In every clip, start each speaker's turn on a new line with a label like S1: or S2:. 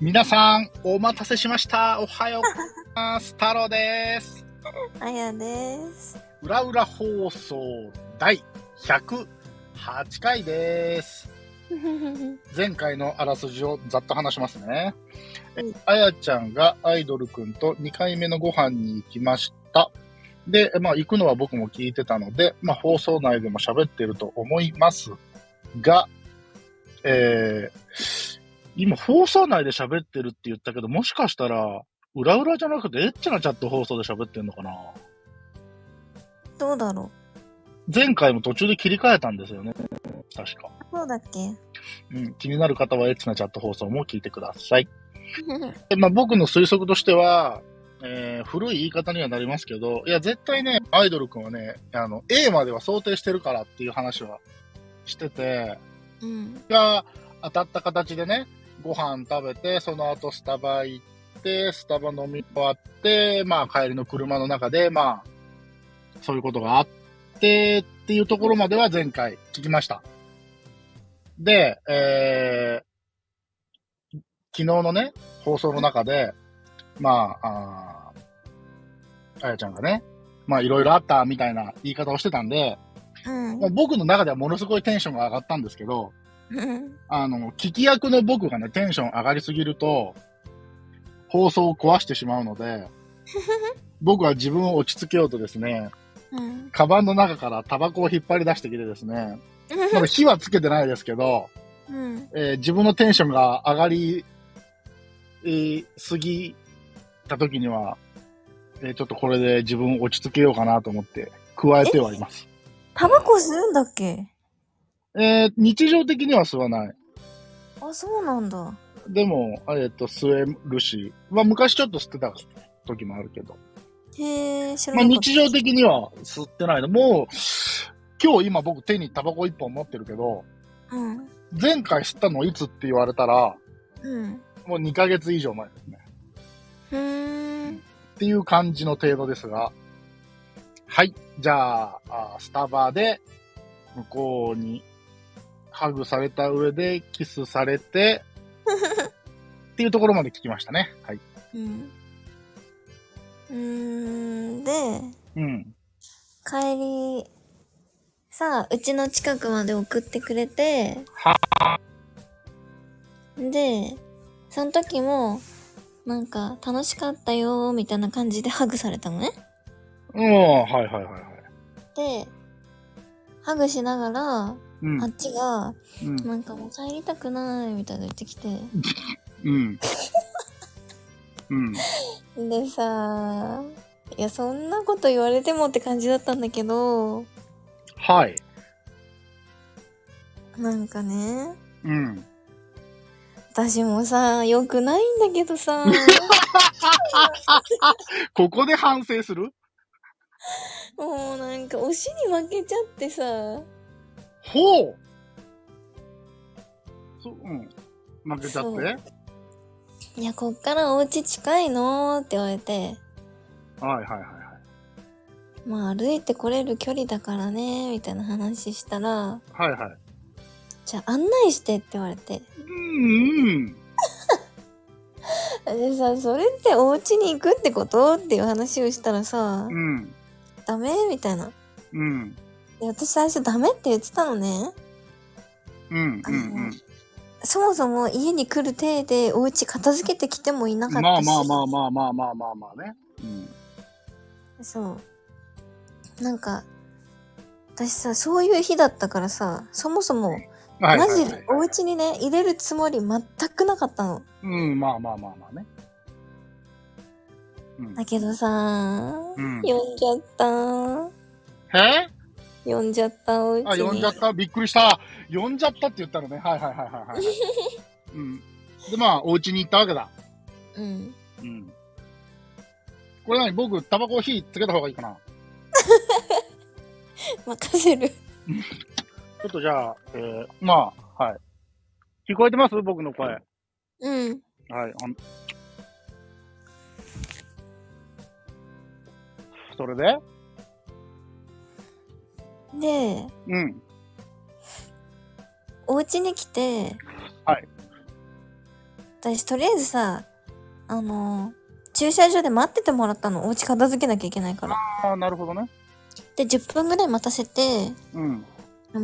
S1: 皆さん、お待たせしました。おはようございます。太郎です。
S2: あや です。
S1: 裏裏放送第108回です。前回のあらすじをざっと話しますね。え
S2: うん
S1: あやちゃんがアイドルくんと2回目のご飯に行きました。で、まあ行くのは僕も聞いてたので、まあ放送内でも喋ってると思いますが、えー今放送内で喋ってるって言ったけど、もしかしたら、裏裏じゃなくてエッチなチャット放送で喋ってんのかな
S2: どうだろ
S1: 前回も途中で切り替えたんですよね。確か。
S2: うそうだっけ
S1: うん、気になる方はエッチなチャット放送も聞いてください。でまあ、僕の推測としては、えー古い言い方にはなりますけど、いや、絶対ね、アイドル君はね、あの、A までは想定してるからっていう話はしてて、
S2: うん。
S1: が当たった形でね、ご飯食べて、その後スタバ行って、スタバ飲み終わって、まあ帰りの車の中で、まあ、そういうことがあってっていうところまでは前回聞きました。で、えー昨日のね、放送の中で、まあ、あーあやちゃんがね、まあいろいろあったみたいな言い方をしてたんで、
S2: うん
S1: まあ。僕の中ではものすごいテンションが上がったんですけど、
S2: うん
S1: あの、聞き役の僕がね、テンション上がりすぎると、放送を壊してしまうので、僕は自分を落ち着けようとですね、
S2: うん。
S1: カバンの中からタバコを引っ張り出してきてですね、まだ火はつけてないですけど、
S2: うん。
S1: えー自分のテンションが上がり、えーすぎた時には、えーちょっとこれで自分を落ち着けようかなと思って、加えてはいます。
S2: タバコ吸うんだっけ
S1: えー日常的には吸わない。
S2: あ、そうなんだ。
S1: でも、えっと、吸えるし、まあ、昔ちょっと吸ってた時もあるけど、
S2: へえ、知ら
S1: まあ、
S2: なかった。
S1: 日常的には吸ってないの。もう、今日今僕手にタバコ一本持ってるけど、
S2: うん。
S1: 前回吸ったのいつって言われたら、
S2: うん。
S1: もう2ヶ月以上前ですね。
S2: うーん。
S1: っていう感じの程度ですが、はい。じゃあ、あスタバで、向こうに、ハグされた上で、キスされて、っていうところまで聞きましたね。はい。
S2: うん。うーん。で、
S1: うん。
S2: 帰り、さあ、うちの近くまで送ってくれて、で、その時も、なんか、楽しかったよー、みたいな感じで ハグされたのね。
S1: うん、はいはいはいはい。
S2: で、ハグしながら、
S1: うん
S2: あっちが、
S1: うん
S2: なんかもう帰りたくない、みたいな言ってきて。
S1: うん。うん。
S2: でさ、いや、そんなこと言われてもって感じだったんだけど、
S1: はい。
S2: なんかね、
S1: うん。
S2: 私もさ、良くないんだけどさ、
S1: ここで反省する
S2: もうなんか推しに負けちゃってさ、
S1: ほうそうん。負けちゃって
S2: いや、こっからお家近いのって言われて、
S1: はいはいはいは
S2: まあ歩いてこれる距離だからね、みたいな話したら、
S1: い。はいはい。
S2: じゃあ案内してって言われて。
S1: うんうん。
S2: でさ、それってお家に行くってことっていう話をしたらさ、
S1: うん。
S2: ダメみたいな。
S1: うん。
S2: で、私最初ダメって言ってたのね。
S1: うん。
S2: あ
S1: う
S2: の
S1: ん。
S2: そもそも家に来る体でお家片付けてきてもいな
S1: ま
S2: か
S1: あま
S2: った
S1: あ
S2: し。
S1: まあまあまあまあまあまあね。うん。
S2: そう。なんか、私さ、そういう日だったからさ、そもそも、
S1: はいはいは
S2: マ
S1: い
S2: ジでお家にね、入れるつもり全くなかったの。
S1: うん、まあまあまあまあね。うん
S2: だけどさ、
S1: うん。
S2: 呼んじゃった。
S1: え
S2: 呼んじゃった、お家に。
S1: あ、呼んじゃった。びっくりした。呼んじゃったって言ったのね。はいはいはいはい はいはい。うん。で、まあ、お家に行ったわけだ。
S2: うん。
S1: うん。これ何僕、タバコ火つけた方がいいかな
S2: 任せる。
S1: ちょっとじゃあ、えー、まあ、はい。聞こえてます僕の声。はい。
S2: うん。
S1: あんそれで
S2: で、
S1: うん。
S2: お家に来て、
S1: はい。
S2: 私とりあえずさあのー駐車場で待っててもらったのお家片付けなきゃいけないから
S1: ああ、なるほどね。
S2: で10分ぐらい待たせて
S1: うん。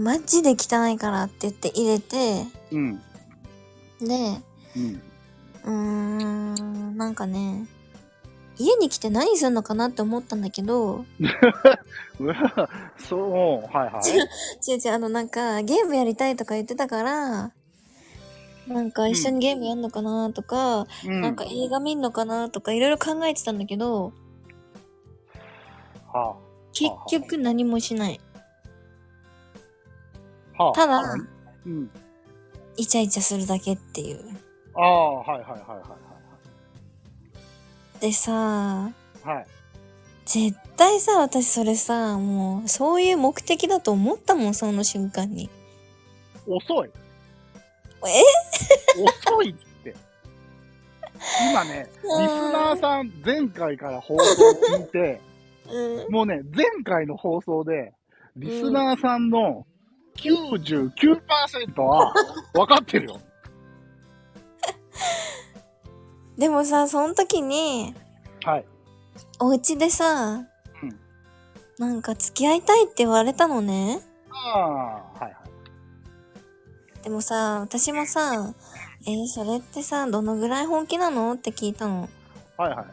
S2: マジで汚いからって言って入れて
S1: うん。
S2: で
S1: うん。
S2: うーんなんかね家に来て何するのかなって思ったんだけど
S1: うわ そう、はいはい。
S2: 違う違うあのなんかゲームやりたいとか言ってたからなんか一緒にゲームやんのかなとか、
S1: う
S2: なんか映画見んのかなとかいろいろ考えてたんだけど
S1: は
S2: 結局何もしない
S1: あ、はあ。
S2: ただ、
S1: うん。
S2: イチャイチャするだけっていう
S1: ああ、はいはいはいはい
S2: でさ
S1: はい。はい。
S2: 絶対さ私それさもうそういう目的だと思ったもんその瞬間に
S1: 遅い。
S2: え
S1: 遅いって。今ね、リ
S2: うん
S1: スナーさん、前回から放送を聞いて、
S2: うん
S1: もうね、前回の放送で、リスナーさんの99%は分かってるよ。
S2: でもさその時に
S1: はい。
S2: お家でさ、
S1: うん
S2: なんか付き合いたいって言われたのね
S1: ああ、はいはい。
S2: でもさ私もさえーそれってさどのぐらい本気なのって聞いたの
S1: はいはい。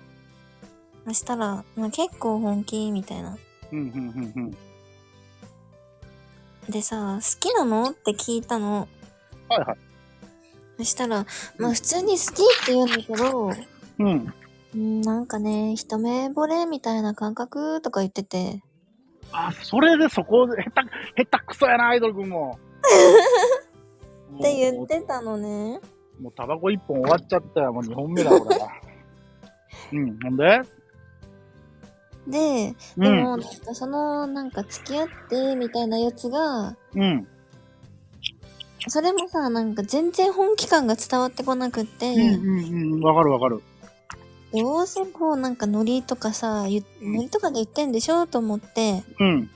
S2: そしたら、まあ、結構本気みたいな
S1: うん、うん、うん、うん。
S2: でさ好きなのって聞いたの
S1: はいはい。
S2: そしたら、
S1: う
S2: ま
S1: ん
S2: あ普通に好きって言うんだけど、
S1: うん。
S2: うんなんかね、一目惚れみたいな感覚とか言ってて、
S1: あ、それでそこ、下手、下手くそやな、アイドル 君も。っ
S2: って言ってたのね。
S1: もうタバコ一本終わっちゃったよ。もう2本目だ、これは。うん、なんで
S2: で、
S1: う
S2: でも、
S1: ん。
S2: なんかその、なんか付き合ってみたいなやつが、
S1: うん。
S2: それもさ、なんか全然本気感が伝わってこなくって、
S1: うん、うん、うん。わかるわかる。
S2: どうせこうなんかノリとかさ、ゆノリとかで言ってんでしょと思って、
S1: うん。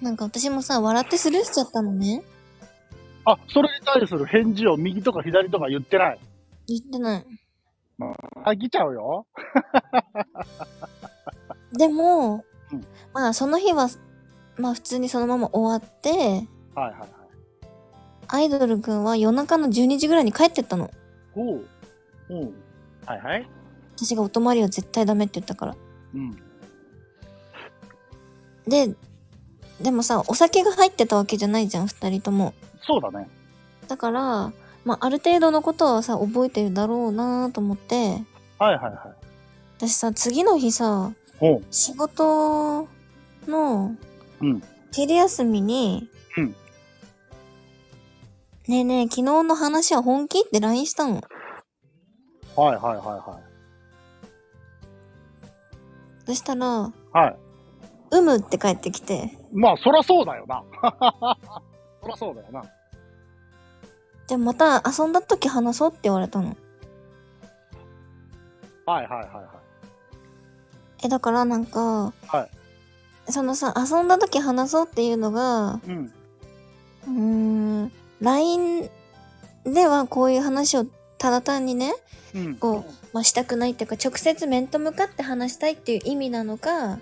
S2: なんか私もさ、笑ってスルーしちゃったのね。
S1: あ、それに対する返事を右とか左とか言ってない。
S2: 言ってない。
S1: あ、来ちゃうよ。
S2: でも、
S1: うん
S2: まあその日は、まあ普通にそのまま終わって、
S1: はいはいはい。
S2: アイドルくんは夜中の12時ぐらいに帰ってったの。
S1: おう。うん。はいはい。
S2: 私がお泊まりは絶対ダメって言ったから。
S1: うん。
S2: で、でもさ、お酒が入ってたわけじゃないじゃん、二人とも。
S1: そうだね。
S2: だから、まあある程度のことはさ、覚えてるだろうなと思って、
S1: はいはいはい。
S2: 私さ、次の日さ、
S1: おう。
S2: 仕事の
S1: うん。
S2: 昼休みに、
S1: うん
S2: ねえねえ、昨日の話は本気って LINE したの。
S1: はいはいは
S2: そしたら、
S1: いはい。はい。
S2: うむって帰ってきて。
S1: まあ、そらそうだよな。 そらそうだよな。
S2: じゃあまた遊んだ時話そうって言われたの。
S1: はいはいはいはい。
S2: え、だからなんか、
S1: は
S2: そのさ、遊んだ時話そうっていうのが、
S1: うん。
S2: うーん、LINE ではこういう話をただ単にね、
S1: うん。
S2: こう、まあ、したくないっていうか、直接面と向かって話したいっていう意味なのか、
S1: はい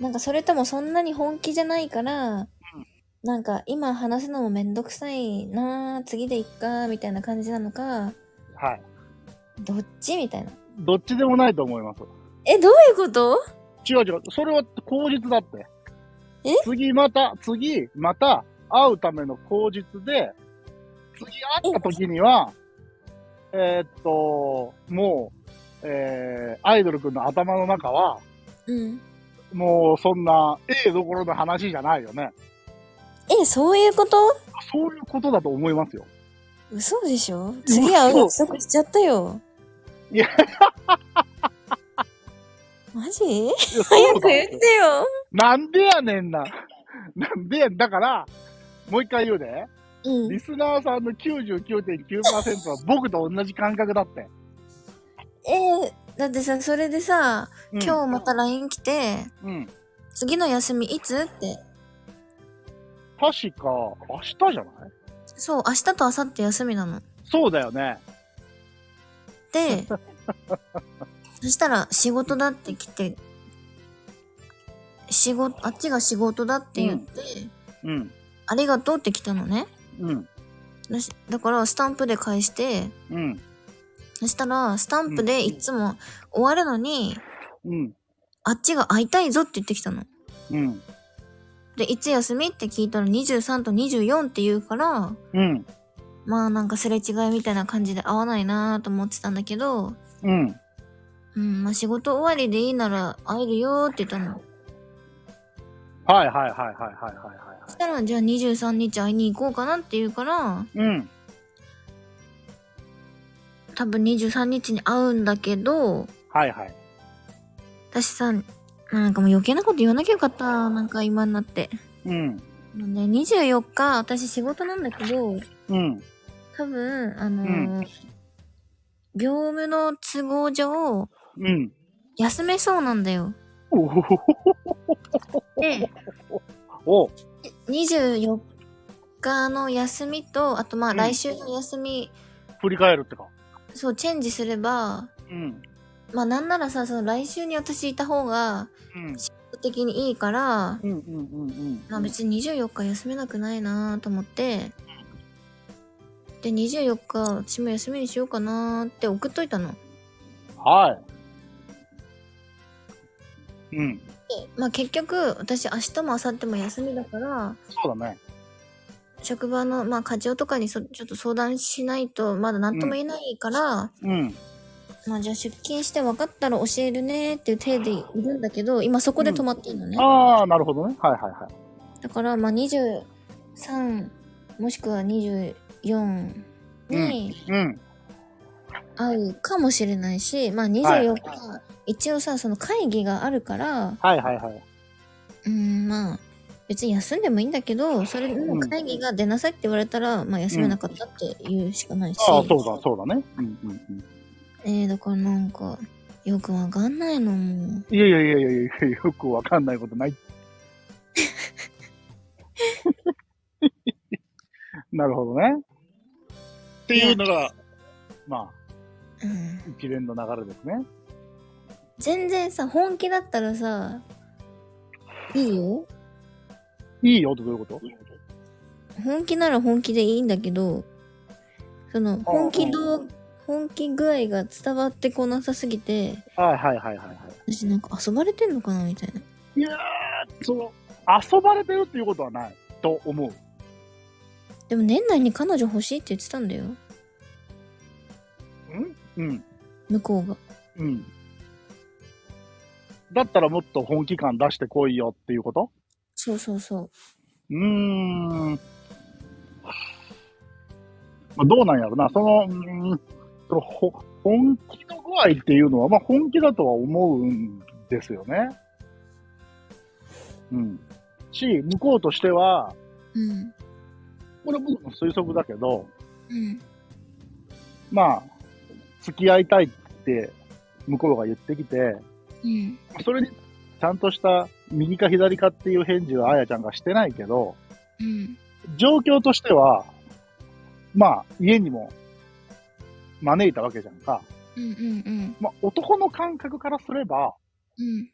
S2: なんかそれともそんなに本気じゃないから、なんか今話すのもめんどくさいなあ次でいっか、みたいな感じなのか、
S1: はい。
S2: どっちみたいな。
S1: どっちでもないと思います。
S2: え、どういうこと
S1: 違う違う。それは口実だって。
S2: え
S1: 次また、次また会うための口実で、次会った時には、えーっと、もう、えー、アイドルくんの頭の中は、
S2: うん。
S1: もうそんな、ええどころの話じゃないよね。
S2: え、そういうこと
S1: そういうことだと思いますよ。
S2: 嘘でしょ次会う約束しちゃったよ。
S1: いや
S2: マジ早く言ってよ。
S1: なんでやねんな。なんでやん。だから、もう一回言うで、
S2: うん
S1: リ。スナーさんの99.9%は僕と同じ感覚だって。
S2: えー、だってさ、それでさ、
S1: うん
S2: 今日また LINE 来て、
S1: うん。
S2: 次の休みいつって。
S1: 確か、明日じゃない
S2: そう、明日と明後日休みなの。
S1: そうだよね。
S2: て、そしたら仕事だって来て、仕事、あっちが仕事だって言って、
S1: うん。
S2: ありがとうって来たのね。
S1: うん。
S2: だしだからスタンプで返して、
S1: うん。
S2: そしたらスタンプでいつも終わるのに、
S1: うん。
S2: あっちが会いたいぞって言ってきたの。
S1: うん。
S2: で、いつ休みって聞いたら23と24って言うから、
S1: うん。
S2: まあなんかすれ違いみたいな感じで合わないなーと思ってたんだけど、
S1: うん。
S2: うん、まあ仕事終わりでいいなら会えるよーって言ったの。
S1: はいはいはいはいはいはいは
S2: そしたらじゃあ23日会いに行こうかなって言うから、
S1: い。うん。
S2: 多分23日に会うんだけど、
S1: はいはい。
S2: 私さ、なんかもう余計なこと言わなきゃよかった。なんか今になって。
S1: うん。
S2: もうね、24日、私仕事なんだけど、
S1: うん。
S2: 多分、あのー
S1: う
S2: 業務の都合上、
S1: うん。
S2: 休めそうなんだよ。
S1: おほほほ
S2: で、
S1: お
S2: 24日の休みと、あとまあ
S1: うん
S2: 来週の休み、
S1: 振り返るってか。
S2: そう、チェンジすれば、
S1: うん。
S2: まあなんならさ、その来週に私いた方が、
S1: うん。
S2: 的にいいから、
S1: うんうんうんうん。
S2: まあ別に24日休めなくないなと思って、で、24日、私も休みにしようかなって送っといたの。
S1: はい。うん。
S2: でまあ結局、私明日も明後日も休みだから、
S1: そうだね。
S2: 職場の、まあ課長とかにそちょっと相談しないと、まだ何とも言えないから、
S1: うん。
S2: まあじゃあ出勤して分かったら教えるねっていう体でいるんだけど、今そこで止まってるのね。
S1: ああ、なるほどね。はいはいはい。
S2: だから、まあ23、もしくは24に、
S1: うん。
S2: 会うかもしれないし、まあ、
S1: はい
S2: 24日、一応さその会議があるから
S1: はいはいはい。
S2: うんまあ別に休んでもいいんだけどそれでも
S1: うん
S2: 会議が出なさいって言われたら、まあ、休めなかったって言うしかないし、
S1: ああ、そうだ、そうだね。うんうんうん。
S2: えー、だからなんかよくわかんないのもう
S1: いやいやいやいやいや、よくわかんないことない。 なるほどね。っていうのが、まあ、
S2: うん
S1: 一連の流れですね。
S2: 全然さ本気だったらさいいよ
S1: いいよってどういうこと
S2: 本気なら本気でいいんだけどその本気
S1: う
S2: 度本気具合が伝わってこなさすぎて
S1: はいはいはいはいは。
S2: 私なんか遊ばれてんのかなみたいない
S1: いやー、その、遊ばれてるっていうことはないと思う。
S2: でも年内に彼女欲しいって言ってたんだよ
S1: うん。
S2: 向こうが
S1: うん。だったらもっと本気感出してこいよっていうこと
S2: そうそうそ
S1: う
S2: う
S1: ーん。まあどうなんやろな。その、うーん、そのほ本気の具合っていうのは、まあ本気だとは思うんですよね。うん。し、向こうとしては、
S2: うん
S1: これ僕の推測だけど、
S2: うん
S1: まあ、付き合いたいって向こうが言ってきて、
S2: うん
S1: それにちゃんとした右か左かっていう返事はあやちゃんがしてないけど、
S2: うん
S1: 状況としては、まあ、家にも招いたわけじゃんか。
S2: うんうんうん
S1: まあ、男の感覚からすれば、
S2: うん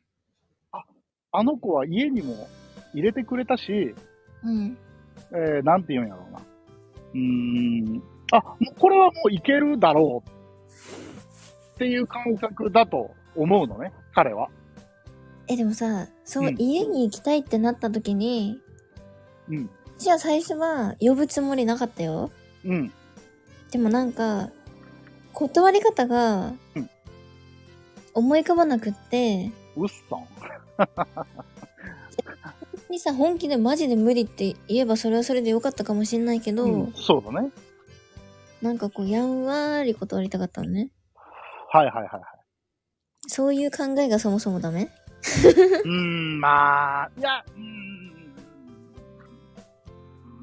S1: あの子は家にも入れてくれたし、
S2: うん
S1: えー、なんて言うんやろうな。うーん。あ、もうこれはもういけるだろう。っていう感覚だと思うのね、彼は。
S2: えでもさそう、
S1: うん
S2: 家に行きたいってなった時に
S1: うん。
S2: じゃあ最初は呼ぶつもりなかったよ
S1: うん。
S2: でもなんか断り方が
S1: うん
S2: 思い浮かばなくって
S1: うっさん。
S2: 本当にさ本気でマジで無理って言えばそれはそれでよかったかもしんないけど、
S1: うん、そうだね。
S2: なんかこうやんわり断りたかったのね
S1: はいはいはいはい。
S2: そういう考えがそもそもダメ
S1: うーん、まあ、いや、うーん。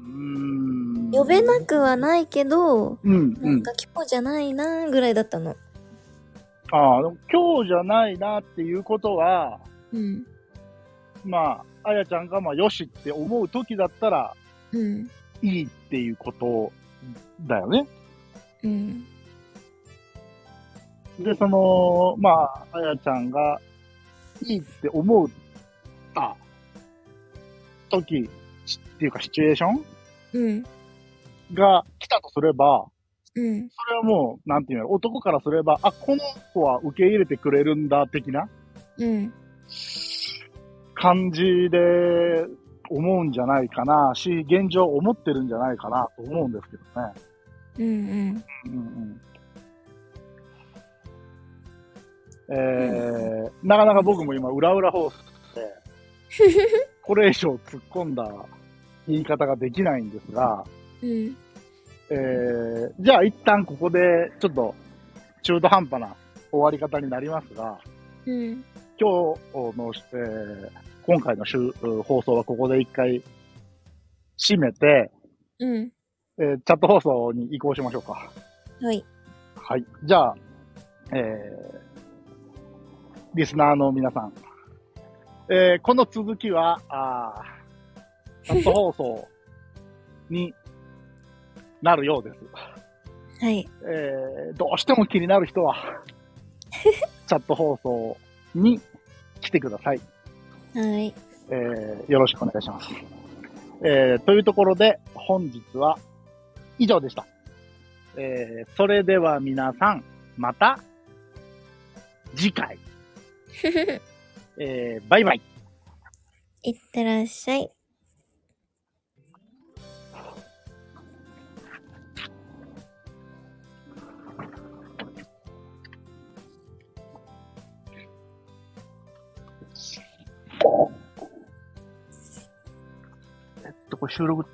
S1: うーん
S2: 呼べなくはないけど、
S1: うん、う
S2: なん
S1: ん。
S2: か今日じゃないなぐらいだったの。
S1: ああ、でも今日じゃないなっていうことは、
S2: うん。
S1: まあ、あやちゃんが、まあ、よしって思う時だったら、
S2: うん。
S1: いいっていうことだよね。
S2: うん。
S1: で、その、まあ、あやちゃんが、いいって思った時しっていうかシチュエーション
S2: うん。
S1: が来たとすれば、
S2: うん。
S1: それはもう、なんていうの、男からすれば、あ、この子は受け入れてくれるんだ、的な
S2: うん。
S1: 感じで思うんじゃないかな、し、現状思ってるんじゃないかな、と思うんですけどね。
S2: うん。うん。
S1: うんうんえー、なかなか僕も今、裏裏ホースって、これ以上突っ込んだ言い方ができないんですが、
S2: うん。
S1: えー、じゃあ一旦ここで、ちょっと中途半端な終わり方になりますが、
S2: うん。
S1: 今日の、えー今回の週放送はここで一回締めて、
S2: うん。
S1: えーチャット放送に移行しましょうか。
S2: はい。
S1: はい。じゃあ、えー、リスナーの皆さん。えー、この続きは、あーチャット放送になるようです。
S2: はい。
S1: えー、どうしても気になる人は、チャット放送に来てください。
S2: はい。
S1: えー、よろしくお願いします。えー、というところで、本日は以上でした。えー、それでは皆さん、また次回、えー、バイバイ。
S2: いってらっしゃい。
S1: えっと、これ収録。